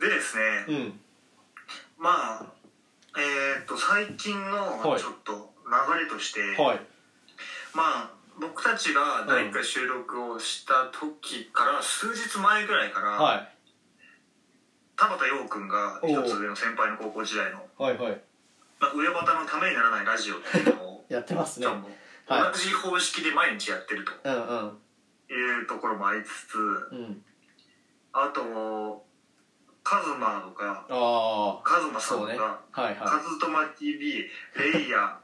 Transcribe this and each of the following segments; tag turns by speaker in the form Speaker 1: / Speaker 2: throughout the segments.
Speaker 1: でですね
Speaker 2: うん
Speaker 1: まあえーっと最近
Speaker 2: は
Speaker 1: の
Speaker 2: い
Speaker 1: ちょっと流れとして、
Speaker 2: はい
Speaker 1: まあ僕たちが第1回収録をした時から数日前ぐらいから、
Speaker 2: は
Speaker 1: 田畑陽君が一つ上の先輩の高校時代の
Speaker 2: いはいはい
Speaker 1: 「まあ、上端のためにならないラジオ」っていうのを
Speaker 2: やってますね
Speaker 1: ちょっと
Speaker 2: はい
Speaker 1: 同じ方式で毎日やってると
Speaker 2: うんうん
Speaker 1: いうところもありつつ
Speaker 2: うん
Speaker 1: あとカズマとか
Speaker 2: ああ
Speaker 1: カズマさん
Speaker 2: そ
Speaker 1: と
Speaker 2: う
Speaker 1: か、
Speaker 2: ねはい
Speaker 1: カ
Speaker 2: は
Speaker 1: ズトマ TV レイヤ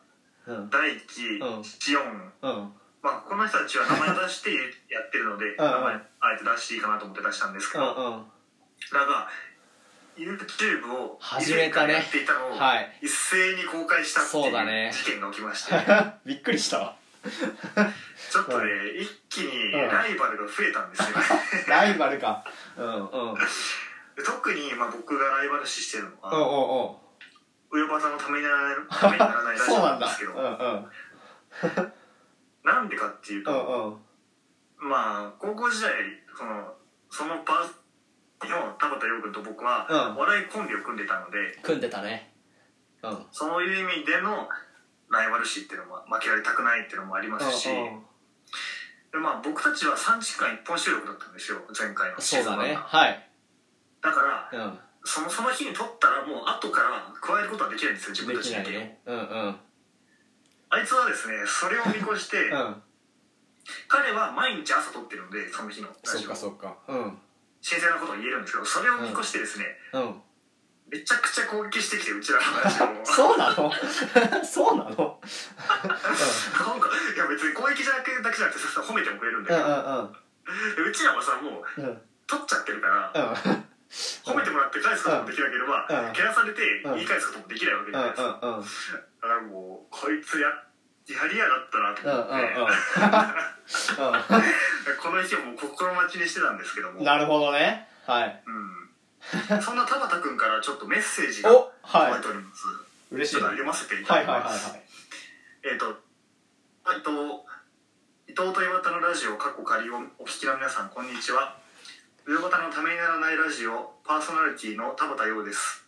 Speaker 2: いうん
Speaker 1: 大輝
Speaker 2: うん
Speaker 1: シオン
Speaker 2: うん
Speaker 1: まあこの人たちは名前出して やってるので
Speaker 2: うんうん
Speaker 1: 名前あえて出していいかなと思って出したんですけ
Speaker 2: うん
Speaker 1: ど
Speaker 2: うん
Speaker 1: だが YouTube を
Speaker 2: 始め
Speaker 1: 以前か
Speaker 2: たね
Speaker 1: らやっていたのを
Speaker 2: はい
Speaker 1: 一斉に公開したってい
Speaker 2: そうだね
Speaker 1: う事件が起きまして、
Speaker 2: びっくりしたわ
Speaker 1: ちょっとね一気にライバルが増えたんですよ、
Speaker 2: ライバルかうんうんうんうんうん
Speaker 1: で特にまあ僕がライバル視してるの
Speaker 2: う
Speaker 1: は
Speaker 2: ん
Speaker 1: 上端のためにな らないためにならないらしい
Speaker 2: そうなんん
Speaker 1: で
Speaker 2: だ
Speaker 1: すけ
Speaker 2: う
Speaker 1: ど
Speaker 2: んうん
Speaker 1: なんでかっていう
Speaker 2: う
Speaker 1: と、
Speaker 2: んうん
Speaker 1: まあ高校時代そのそのパーティーの田畑陽君と僕は
Speaker 2: うん
Speaker 1: お笑いコンビを組んでたので、
Speaker 2: 組んでたねうんうん
Speaker 1: そういう意味でのライバル視っていうのは負けられたくないっていうのもありますし、
Speaker 2: うん
Speaker 1: でまあ、僕たちは3時間1本収録だったんですよ前回の
Speaker 2: そうだね
Speaker 1: ワンが
Speaker 2: はい
Speaker 1: だから
Speaker 2: うん
Speaker 1: そのその日に撮ったらもう後から加えることはできないんですよ自分
Speaker 2: で
Speaker 1: たち
Speaker 2: き
Speaker 1: に
Speaker 2: な
Speaker 1: だ
Speaker 2: い
Speaker 1: け、
Speaker 2: ねうんうん
Speaker 1: あいつはですねそれを見越して
Speaker 2: うん
Speaker 1: 彼は毎日朝撮ってるのでその日のラ
Speaker 2: そっ
Speaker 1: ジオ
Speaker 2: かそっかうん
Speaker 1: 新鮮なことを言えるんですけどそれを見越してですね、
Speaker 2: うん
Speaker 1: めちゃくちゃ攻撃してきてうちらの話を
Speaker 2: そうなのそう
Speaker 1: な
Speaker 2: なの
Speaker 1: んかいや別に攻撃じゃなくだけじゃなくてさ褒めてもくれるんだ
Speaker 2: うん
Speaker 1: け
Speaker 2: うん
Speaker 1: ど、でうちらはさもう
Speaker 2: うんうん
Speaker 1: 取っちゃってるから
Speaker 2: うん
Speaker 1: 褒めてもらって返すこともできなければ、
Speaker 2: うん
Speaker 1: けなされて
Speaker 2: うん
Speaker 1: 言い返すこともできないわけじゃ
Speaker 2: うん
Speaker 1: ないですか、
Speaker 2: うんうん
Speaker 1: だからもうこいつややりやがったなと
Speaker 2: うんうん
Speaker 1: 思って、この日をもう心待ちにしてたんですけど
Speaker 2: う
Speaker 1: も、
Speaker 2: んなるほどねはい
Speaker 1: うん、そんな田畑君からちょっとメッセージが
Speaker 2: おは
Speaker 1: 届いております、
Speaker 2: い嬉
Speaker 1: ち
Speaker 2: し
Speaker 1: ょ
Speaker 2: い
Speaker 1: っと
Speaker 2: ね
Speaker 1: 読ませていた
Speaker 2: は
Speaker 1: だ
Speaker 2: い
Speaker 1: き
Speaker 2: はいはい
Speaker 1: ま
Speaker 2: は
Speaker 1: す、
Speaker 2: い
Speaker 1: えっ、と伊藤伊藤と岩田のラジオ過去仮をお聞きの皆さんこんにちは上端のためにならないラジオパーソナリティの田畑陽です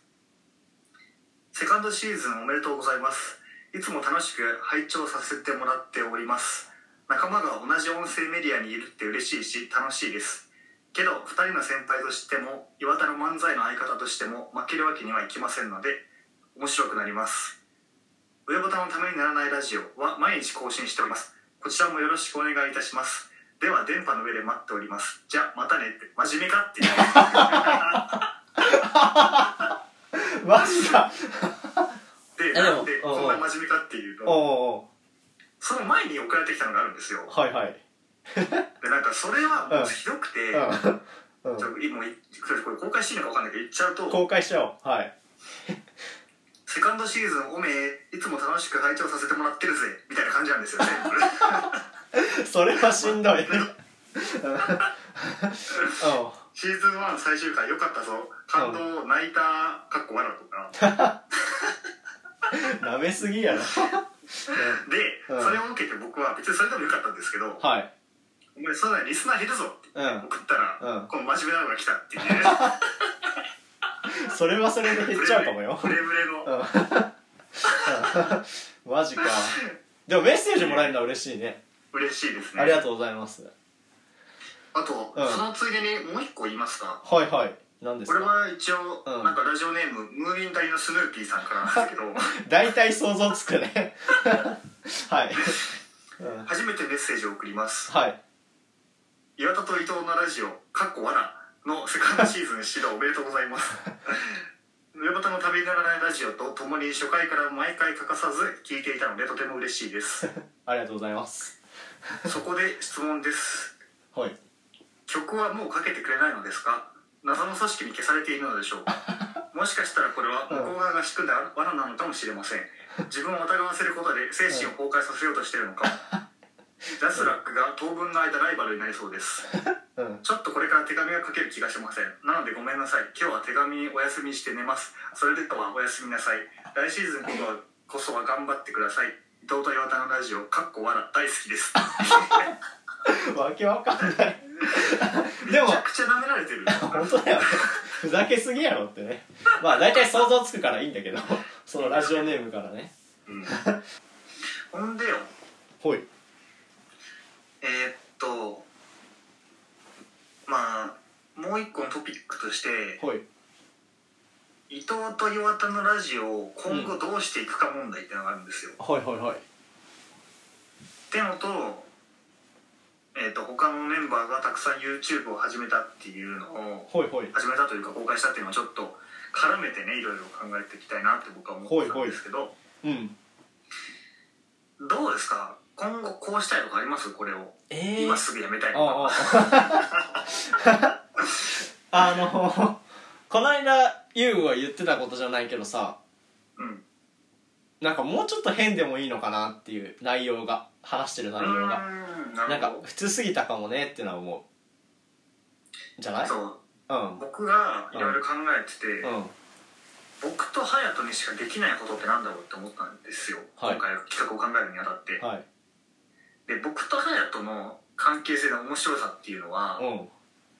Speaker 1: セカンドシーズンおめでとうございますいつも楽しく拝聴させてもらっております仲間が同じ音声メディアにいるって嬉しいし楽しいですけど2人の先輩としても岩田の漫才の相方としても負けるわけにはいきませんので面白くなります上ボタンのためにならないラジオは毎日更新しております。こちらもよろしくお願いいたします。では電波の上で待っております。じゃあまたねって真面目かっていう。
Speaker 2: マジか
Speaker 1: で、
Speaker 2: でも
Speaker 1: なんで
Speaker 2: うんうん
Speaker 1: こんな真面目かっていう
Speaker 2: おう
Speaker 1: と、
Speaker 2: お
Speaker 1: その前に送られてきたのがあるんですよ
Speaker 2: う。はいはい
Speaker 1: で、なんかそれはもうひどくて、
Speaker 2: うん
Speaker 1: ち
Speaker 2: う
Speaker 1: ょ
Speaker 2: ん
Speaker 1: もういこれこれ公開していいのかわかんないけど言っちゃうと、
Speaker 2: 公開しちゃおうはい
Speaker 1: セカンドシーズンおめえいつも楽しく拝聴させてもらってるぜみたいな感じなんです よね。
Speaker 2: それはしんどいうん
Speaker 1: シーズン1最終回よかったぞ。感動泣いたかっこ笑うとか。
Speaker 2: なめすぎやろうん
Speaker 1: で、
Speaker 2: うん
Speaker 1: それを受けて僕は別にそれでもよかったんですけど、
Speaker 2: はい
Speaker 1: お前そんなリスナー減るぞって
Speaker 2: うん
Speaker 1: 送ったら、
Speaker 2: うん
Speaker 1: この真面目なのが来たってい うね
Speaker 2: それはそれで減っちゃうかもよ
Speaker 1: ブレブレの、
Speaker 2: うんマジかでもメッセージもらえるのは嬉しいね
Speaker 1: 嬉しいですね
Speaker 2: ありがとうございます
Speaker 1: あと、
Speaker 2: うん
Speaker 1: そのついでにもう一個言いますか
Speaker 2: はいはい何です
Speaker 1: これ
Speaker 2: か
Speaker 1: は一応、
Speaker 2: うん
Speaker 1: なんかラジオネームムーミン谷のスヌーピーさんからなんですけ ど
Speaker 2: 大体想像つくねはい、うん、
Speaker 1: 初めてメッセージを送ります
Speaker 2: はい
Speaker 1: 岩田と伊藤のラジオ「かっこわら」のセカンドシーズン始動おめでとうございます上端の旅にならないラジオと共に初回から毎回欠かさず聞いていたのでとても嬉しいです
Speaker 2: ありがとうございます
Speaker 1: そこで質問です
Speaker 2: はい
Speaker 1: 曲はもうかけてくれないのですか謎の組織に消されているのでしょうかもしかしたらこれは向こう側が仕組んだ罠なのかもしれません自分を疑わせることで精神を崩壊させようとしているのかジャスラックが当分の間ライバルになりそうです
Speaker 2: うん
Speaker 1: ちょっとこれから手紙が書ける気がしませんなのでごめんなさい今日は手紙お休みして寝ますそれではおやすみなさい来シーズンこそこそは頑張ってください伊藤と岩田のラジオかっこわら大好きです
Speaker 2: わけわかんないでも
Speaker 1: めちゃくちゃ舐められてる
Speaker 2: 本当だよねふざけすぎやろってねまあ大体想像つくからいいんだけどそのラジオネームからね
Speaker 1: うん、ほんでよ
Speaker 2: ほい
Speaker 1: えーっとまあもう一個のトピックとして
Speaker 2: ほい
Speaker 1: 伊藤と岩田のラジオを今後どうしていくか問題ってのがあるんですよ。
Speaker 2: ほいほいほい
Speaker 1: ってのと,、えーっと他のメンバーがたくさん YouTube を始めたっていうのを
Speaker 2: ほいほい
Speaker 1: 始めたというか公開したっていうのをちょっと絡めてねいろいろ考えていきたいなって僕は思ってたんですけど
Speaker 2: うん
Speaker 1: どうですか今後こうしたいとかありますこれを
Speaker 2: ええ
Speaker 1: 今すぐやめたいとか。
Speaker 2: あ ああのこの間ユウが言ってたことじゃないけどさ
Speaker 1: うん
Speaker 2: なんかもうちょっと変でもいいのかなっていう内容が話してる内容が
Speaker 1: うーんな
Speaker 2: な
Speaker 1: る
Speaker 2: ん
Speaker 1: ほ
Speaker 2: か
Speaker 1: ど
Speaker 2: 普通すぎたかもねってのは思うじゃない
Speaker 1: そううん
Speaker 2: うん
Speaker 1: 僕がいろいろ考えてて、僕と隼人にしかできないことってなんだろうって思ったんですよ、
Speaker 2: はい
Speaker 1: 今回の企画を考えるにあたって、
Speaker 2: はい
Speaker 1: で僕と隼人の関係性の面白さっていうのは、
Speaker 2: うん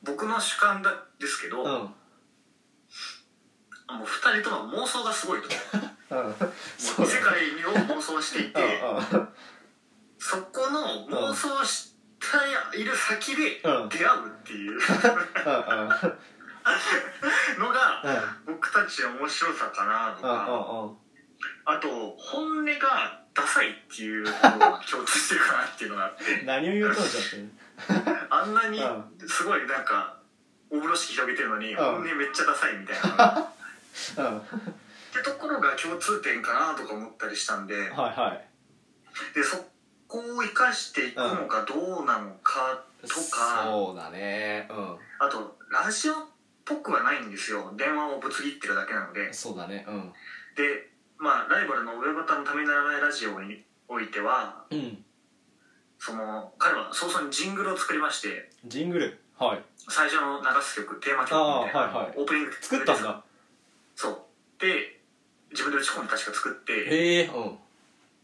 Speaker 1: 僕の主観だですけど、
Speaker 2: うん
Speaker 1: もう2人との妄想がすごいと思う
Speaker 2: うんそ
Speaker 1: も
Speaker 2: う
Speaker 1: う世
Speaker 2: だね
Speaker 1: 界を妄想していて、そこの妄想している先で
Speaker 2: うんうんうんうん
Speaker 1: 出会うっていうのが僕たちの面白さかなと
Speaker 2: うん
Speaker 1: か、
Speaker 2: うんうん
Speaker 1: あと本音がダサいっていうのが共通してるかなっていうのがあって
Speaker 2: 何を言うとんじゃってね
Speaker 1: あんなに
Speaker 2: う
Speaker 1: すごいなんか大風呂敷広げてるのに
Speaker 2: うん
Speaker 1: 本音めっちゃダサいみたいなっ
Speaker 2: うんは
Speaker 1: てところが共通点かなとか思ったりしたんで
Speaker 2: いはい
Speaker 1: でそこを生かしていくのかどうなのかとか、
Speaker 2: そうだねう
Speaker 1: あとラジオっぽくはないんですよ電話をぶつ切ってるだけなので
Speaker 2: んそうだねうん
Speaker 1: でまあライバルの上端のためにならないラジオにおいては
Speaker 2: うん
Speaker 1: その彼は早々にジングルを作りまして
Speaker 2: ジングルはい
Speaker 1: 最初の流す曲テーマ曲みたいな、
Speaker 2: あーはいはい
Speaker 1: オープニング
Speaker 2: 作ったんだ
Speaker 1: そうで自分で打ち込んで確か作って
Speaker 2: へえうん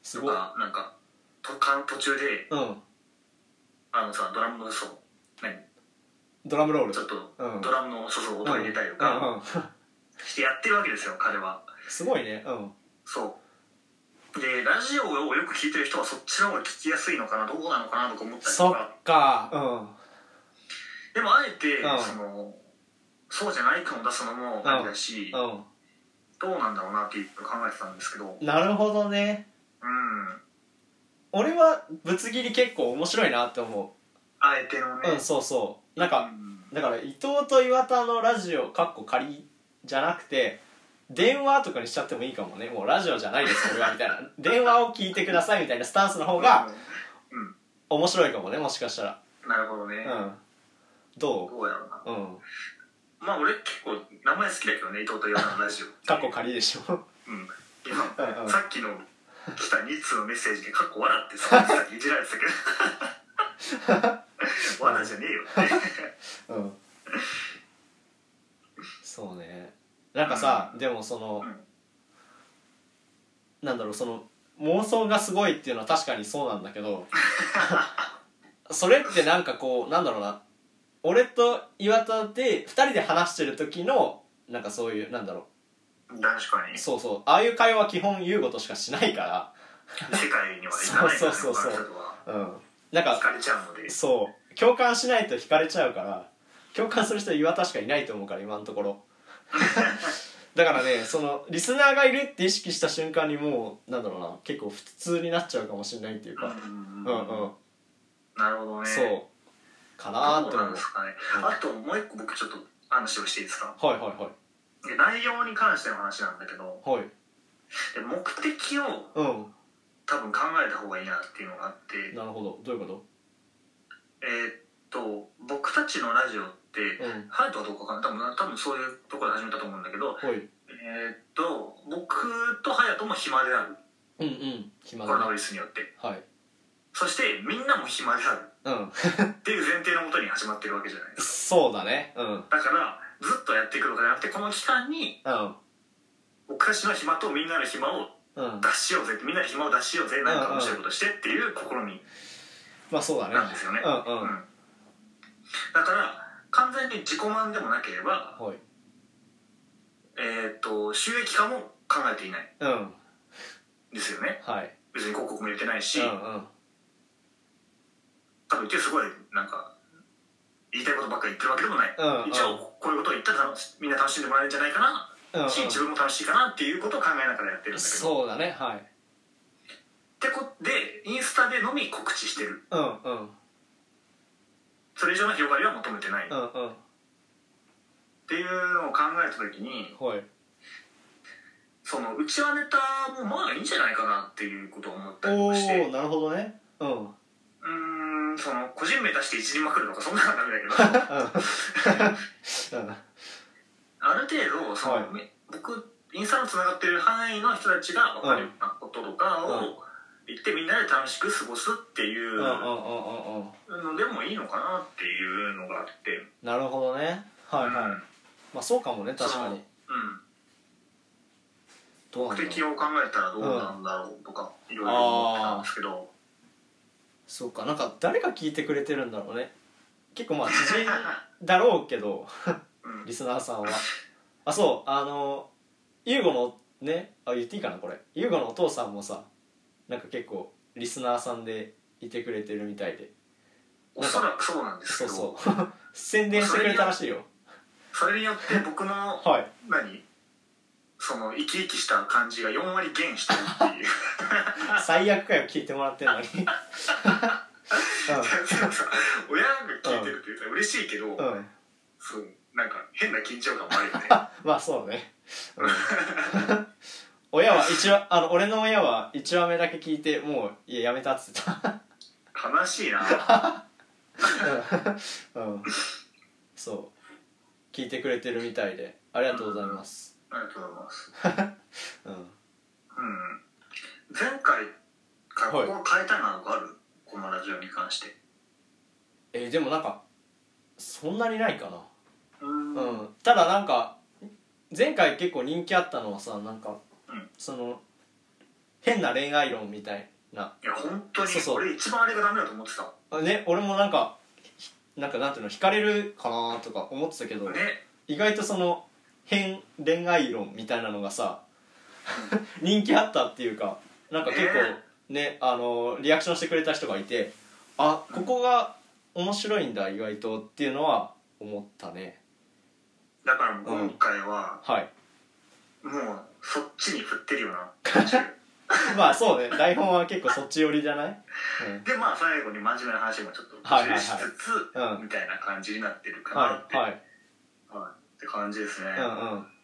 Speaker 2: す
Speaker 1: と
Speaker 2: ごい
Speaker 1: かなんかとか途中で
Speaker 2: うん
Speaker 1: あのさドラムのそう何
Speaker 2: ドラムロール
Speaker 1: ちょっと
Speaker 2: うん
Speaker 1: ドラムのそうそう音を入れたりと
Speaker 2: う
Speaker 1: か
Speaker 2: んうん
Speaker 1: してやってるわけですよ彼は
Speaker 2: すごいねうん
Speaker 1: そうでラジオをよく聴いてる人はそっちの方が聞きやすいのかなどうなのかなとか思ったり
Speaker 2: そ
Speaker 1: とか
Speaker 2: っか
Speaker 1: でもあえて
Speaker 2: うん
Speaker 1: そのそうじゃない感を出すのもありだし
Speaker 2: うんう
Speaker 1: どうなんだろうなっていうのを考えてたんですけどうん
Speaker 2: んなるほどね俺はぶつ切り結構面白いなって思
Speaker 1: あえての
Speaker 2: ううん
Speaker 1: ね
Speaker 2: そうそうなんか
Speaker 1: うん
Speaker 2: だから伊藤と岩田のラジオかっこ仮じゃなくて電話とかにしちゃってもいいかもねもうラジオじゃないですこれはみたいな 電話を聞いてくださいみたいなスタンスの方が面白いかもねもしかしたら
Speaker 1: うんなるほどね
Speaker 2: うんど
Speaker 1: どうやろうな
Speaker 2: ううん
Speaker 1: まあ俺結構名前好きだけどね伊藤と岩田のラジオ
Speaker 2: かっこ仮で しょ
Speaker 1: うん
Speaker 2: うん
Speaker 1: 今
Speaker 2: うん
Speaker 1: さっきの来た2通のメッセージでかっこ笑ってさっきいじられてたけ ど笑じゃねえよ
Speaker 2: うんそうねなんかさ、でもその、なんだろうその妄想がすごいっていうのは確かにそうなんだけ どそれってなんかこうなんだろうな俺と岩田で2人で話してる時のなんかそういうなんだろ
Speaker 1: 確か
Speaker 2: う
Speaker 1: に
Speaker 2: そうそうああいう会話は基本優吾としかしないか
Speaker 1: 世界にはいかないからね
Speaker 2: そうそうそうそう
Speaker 1: 他の人とは
Speaker 2: らうんなん
Speaker 1: 惹
Speaker 2: か
Speaker 1: かれちゃうので
Speaker 2: そう共感しないと惹かれちゃうから共感する人岩田しかいないと思うから今のと ころだからねそのリスナーがいるって意識した瞬間にもうなんだろうな結構普通になっちゃうかもしれないっていうか、
Speaker 1: うん
Speaker 2: うんうん
Speaker 1: なるほどね
Speaker 2: そうかなーって
Speaker 1: どうな
Speaker 2: 思
Speaker 1: ん
Speaker 2: う
Speaker 1: ですかね
Speaker 2: うん
Speaker 1: あともう一個僕ちょっと話をしていいですか
Speaker 2: はいは
Speaker 1: で内容に関しての話なんだけど
Speaker 2: いはいはい
Speaker 1: で目的を
Speaker 2: う
Speaker 1: 多分考えた方がいいなっていうのがあって
Speaker 2: んなるほどどういうこ
Speaker 1: えーっと僕たちのラジオって、
Speaker 2: とうん
Speaker 1: ハヤトはどこかな多分多分そういうところで始めたと思うんだけど
Speaker 2: ほ
Speaker 1: え
Speaker 2: い
Speaker 1: ーっと僕とハヤトも暇である
Speaker 2: うんうん暇
Speaker 1: コロナ
Speaker 2: だ
Speaker 1: ウイル
Speaker 2: ね
Speaker 1: スによって
Speaker 2: はい
Speaker 1: そしてみんなも暇である
Speaker 2: うん
Speaker 1: っていう前提のもとに始まってるわけじゃないです
Speaker 2: そうだねうんうん
Speaker 1: かだからずっとやっていくのかじゃなくてこの期間に僕たちの暇とみんなの暇を
Speaker 2: うん
Speaker 1: 出しようぜみんなの暇を出しようぜなんか面白いことしてっていう試み
Speaker 2: まあそうだね
Speaker 1: なんですよね
Speaker 2: うん
Speaker 1: う
Speaker 2: うん
Speaker 1: んだから完全に自己満でもなければ
Speaker 2: はい
Speaker 1: 収益化も考えていない
Speaker 2: うん
Speaker 1: んですよね
Speaker 2: はい
Speaker 1: 別に広告も入れてないし、
Speaker 2: うん
Speaker 1: かといってすごいなんか言いたいことばっかり言ってるわけでもない、
Speaker 2: うんうん
Speaker 1: 一応こういうことを言ったら楽しみんな楽しんでもらえるんじゃないかな、
Speaker 2: うんうん
Speaker 1: し自分も楽しいかなっていうことを考えながらやってるんだけど
Speaker 2: そうだねはい
Speaker 1: ってこでインスタでのみ告知してる
Speaker 2: うんうん
Speaker 1: それ以上の広がりは求めてない、っ
Speaker 2: うんうん
Speaker 1: ていうのを考えた時に
Speaker 2: はい
Speaker 1: そのうちわネタもまあいいんじゃないかなっていうことを思ったり
Speaker 2: お
Speaker 1: もして
Speaker 2: おなるほどねうんうん
Speaker 1: うーんその個人名出していじりまくるとかそんなのはダメだけどある程度その、
Speaker 2: はい
Speaker 1: め僕インスタのつながってる範囲の人たちが分かるようなこととか
Speaker 2: うん
Speaker 1: を言ってみんなで楽しく過ごすっていう
Speaker 2: うんうんうん
Speaker 1: の
Speaker 2: うんうん
Speaker 1: でもいいのかなっていうのがあって、
Speaker 2: なるほどねはいはい、
Speaker 1: うん
Speaker 2: まあそうかもね確かに
Speaker 1: うん
Speaker 2: どうなん
Speaker 1: 目
Speaker 2: だろ
Speaker 1: 的
Speaker 2: う
Speaker 1: を考えたらどうなんだろうとかいろいろ思ってたんですけど
Speaker 2: そうかなんか誰が聞いてくれてるんだろうね結構まあ知人だろうけど
Speaker 1: うん
Speaker 2: リスナーさんはあそうあの優吾のねあ言っていいかなこれ優吾のお父さんもさなんか結構リスナーさんでいてくれてるみたいで
Speaker 1: おそらく そうなんですけ
Speaker 2: そう
Speaker 1: どそ
Speaker 2: そ
Speaker 1: う
Speaker 2: 宣伝してくれたらしいよ
Speaker 1: れによって僕の
Speaker 2: はい
Speaker 1: 何その生き生きした感じが4割減してる っていう
Speaker 2: 最悪回を聞いてもらってる のに
Speaker 1: でもさ親が聞いてるって言ったら嬉しいけど、
Speaker 2: うん、うん、
Speaker 1: そうなんか変な緊張感もあるよね
Speaker 2: まあそうね、うん 親は一話あの俺の親は一話目だけ聞いてもういややめたっつってた
Speaker 1: 悲しいな
Speaker 2: うんそう聞いてくれてるみたいでありがとうございます
Speaker 1: ありがとうございます
Speaker 2: うん
Speaker 1: うん前回から
Speaker 2: はい
Speaker 1: ここ変えたいなとかあるこのラジオに関して
Speaker 2: えーでもなんかそんなにないかな
Speaker 1: うん
Speaker 2: う
Speaker 1: うん
Speaker 2: ん、ただなんか前回結構人気あったのはさなんか、
Speaker 1: うん
Speaker 2: その変な恋愛論みたいない
Speaker 1: や本当に
Speaker 2: そうそう
Speaker 1: 俺一番あれがダメだと思ってた
Speaker 2: あね俺もなんかひなんかなんていうの惹かれるかなとか思ってたけど、
Speaker 1: ね
Speaker 2: 意外とその変恋愛論みたいなのがさ 人気あったっていうかなんか結構
Speaker 1: ね
Speaker 2: ねあのリアクションしてくれた人がいてあここが面白いんだ意外とっていうのは思ったね
Speaker 1: だからもう今回は
Speaker 2: はい
Speaker 1: もうそっちに振ってるような感じで
Speaker 2: まあそうね台本は結構そっち寄りじゃない、うん、
Speaker 1: まあ最後に真面目な話もちょっと
Speaker 2: はいはいはい
Speaker 1: しつつ
Speaker 2: うん
Speaker 1: みたいな感じになってるかなっ
Speaker 2: はい
Speaker 1: て
Speaker 2: はい
Speaker 1: はいって感じですね
Speaker 2: うんうん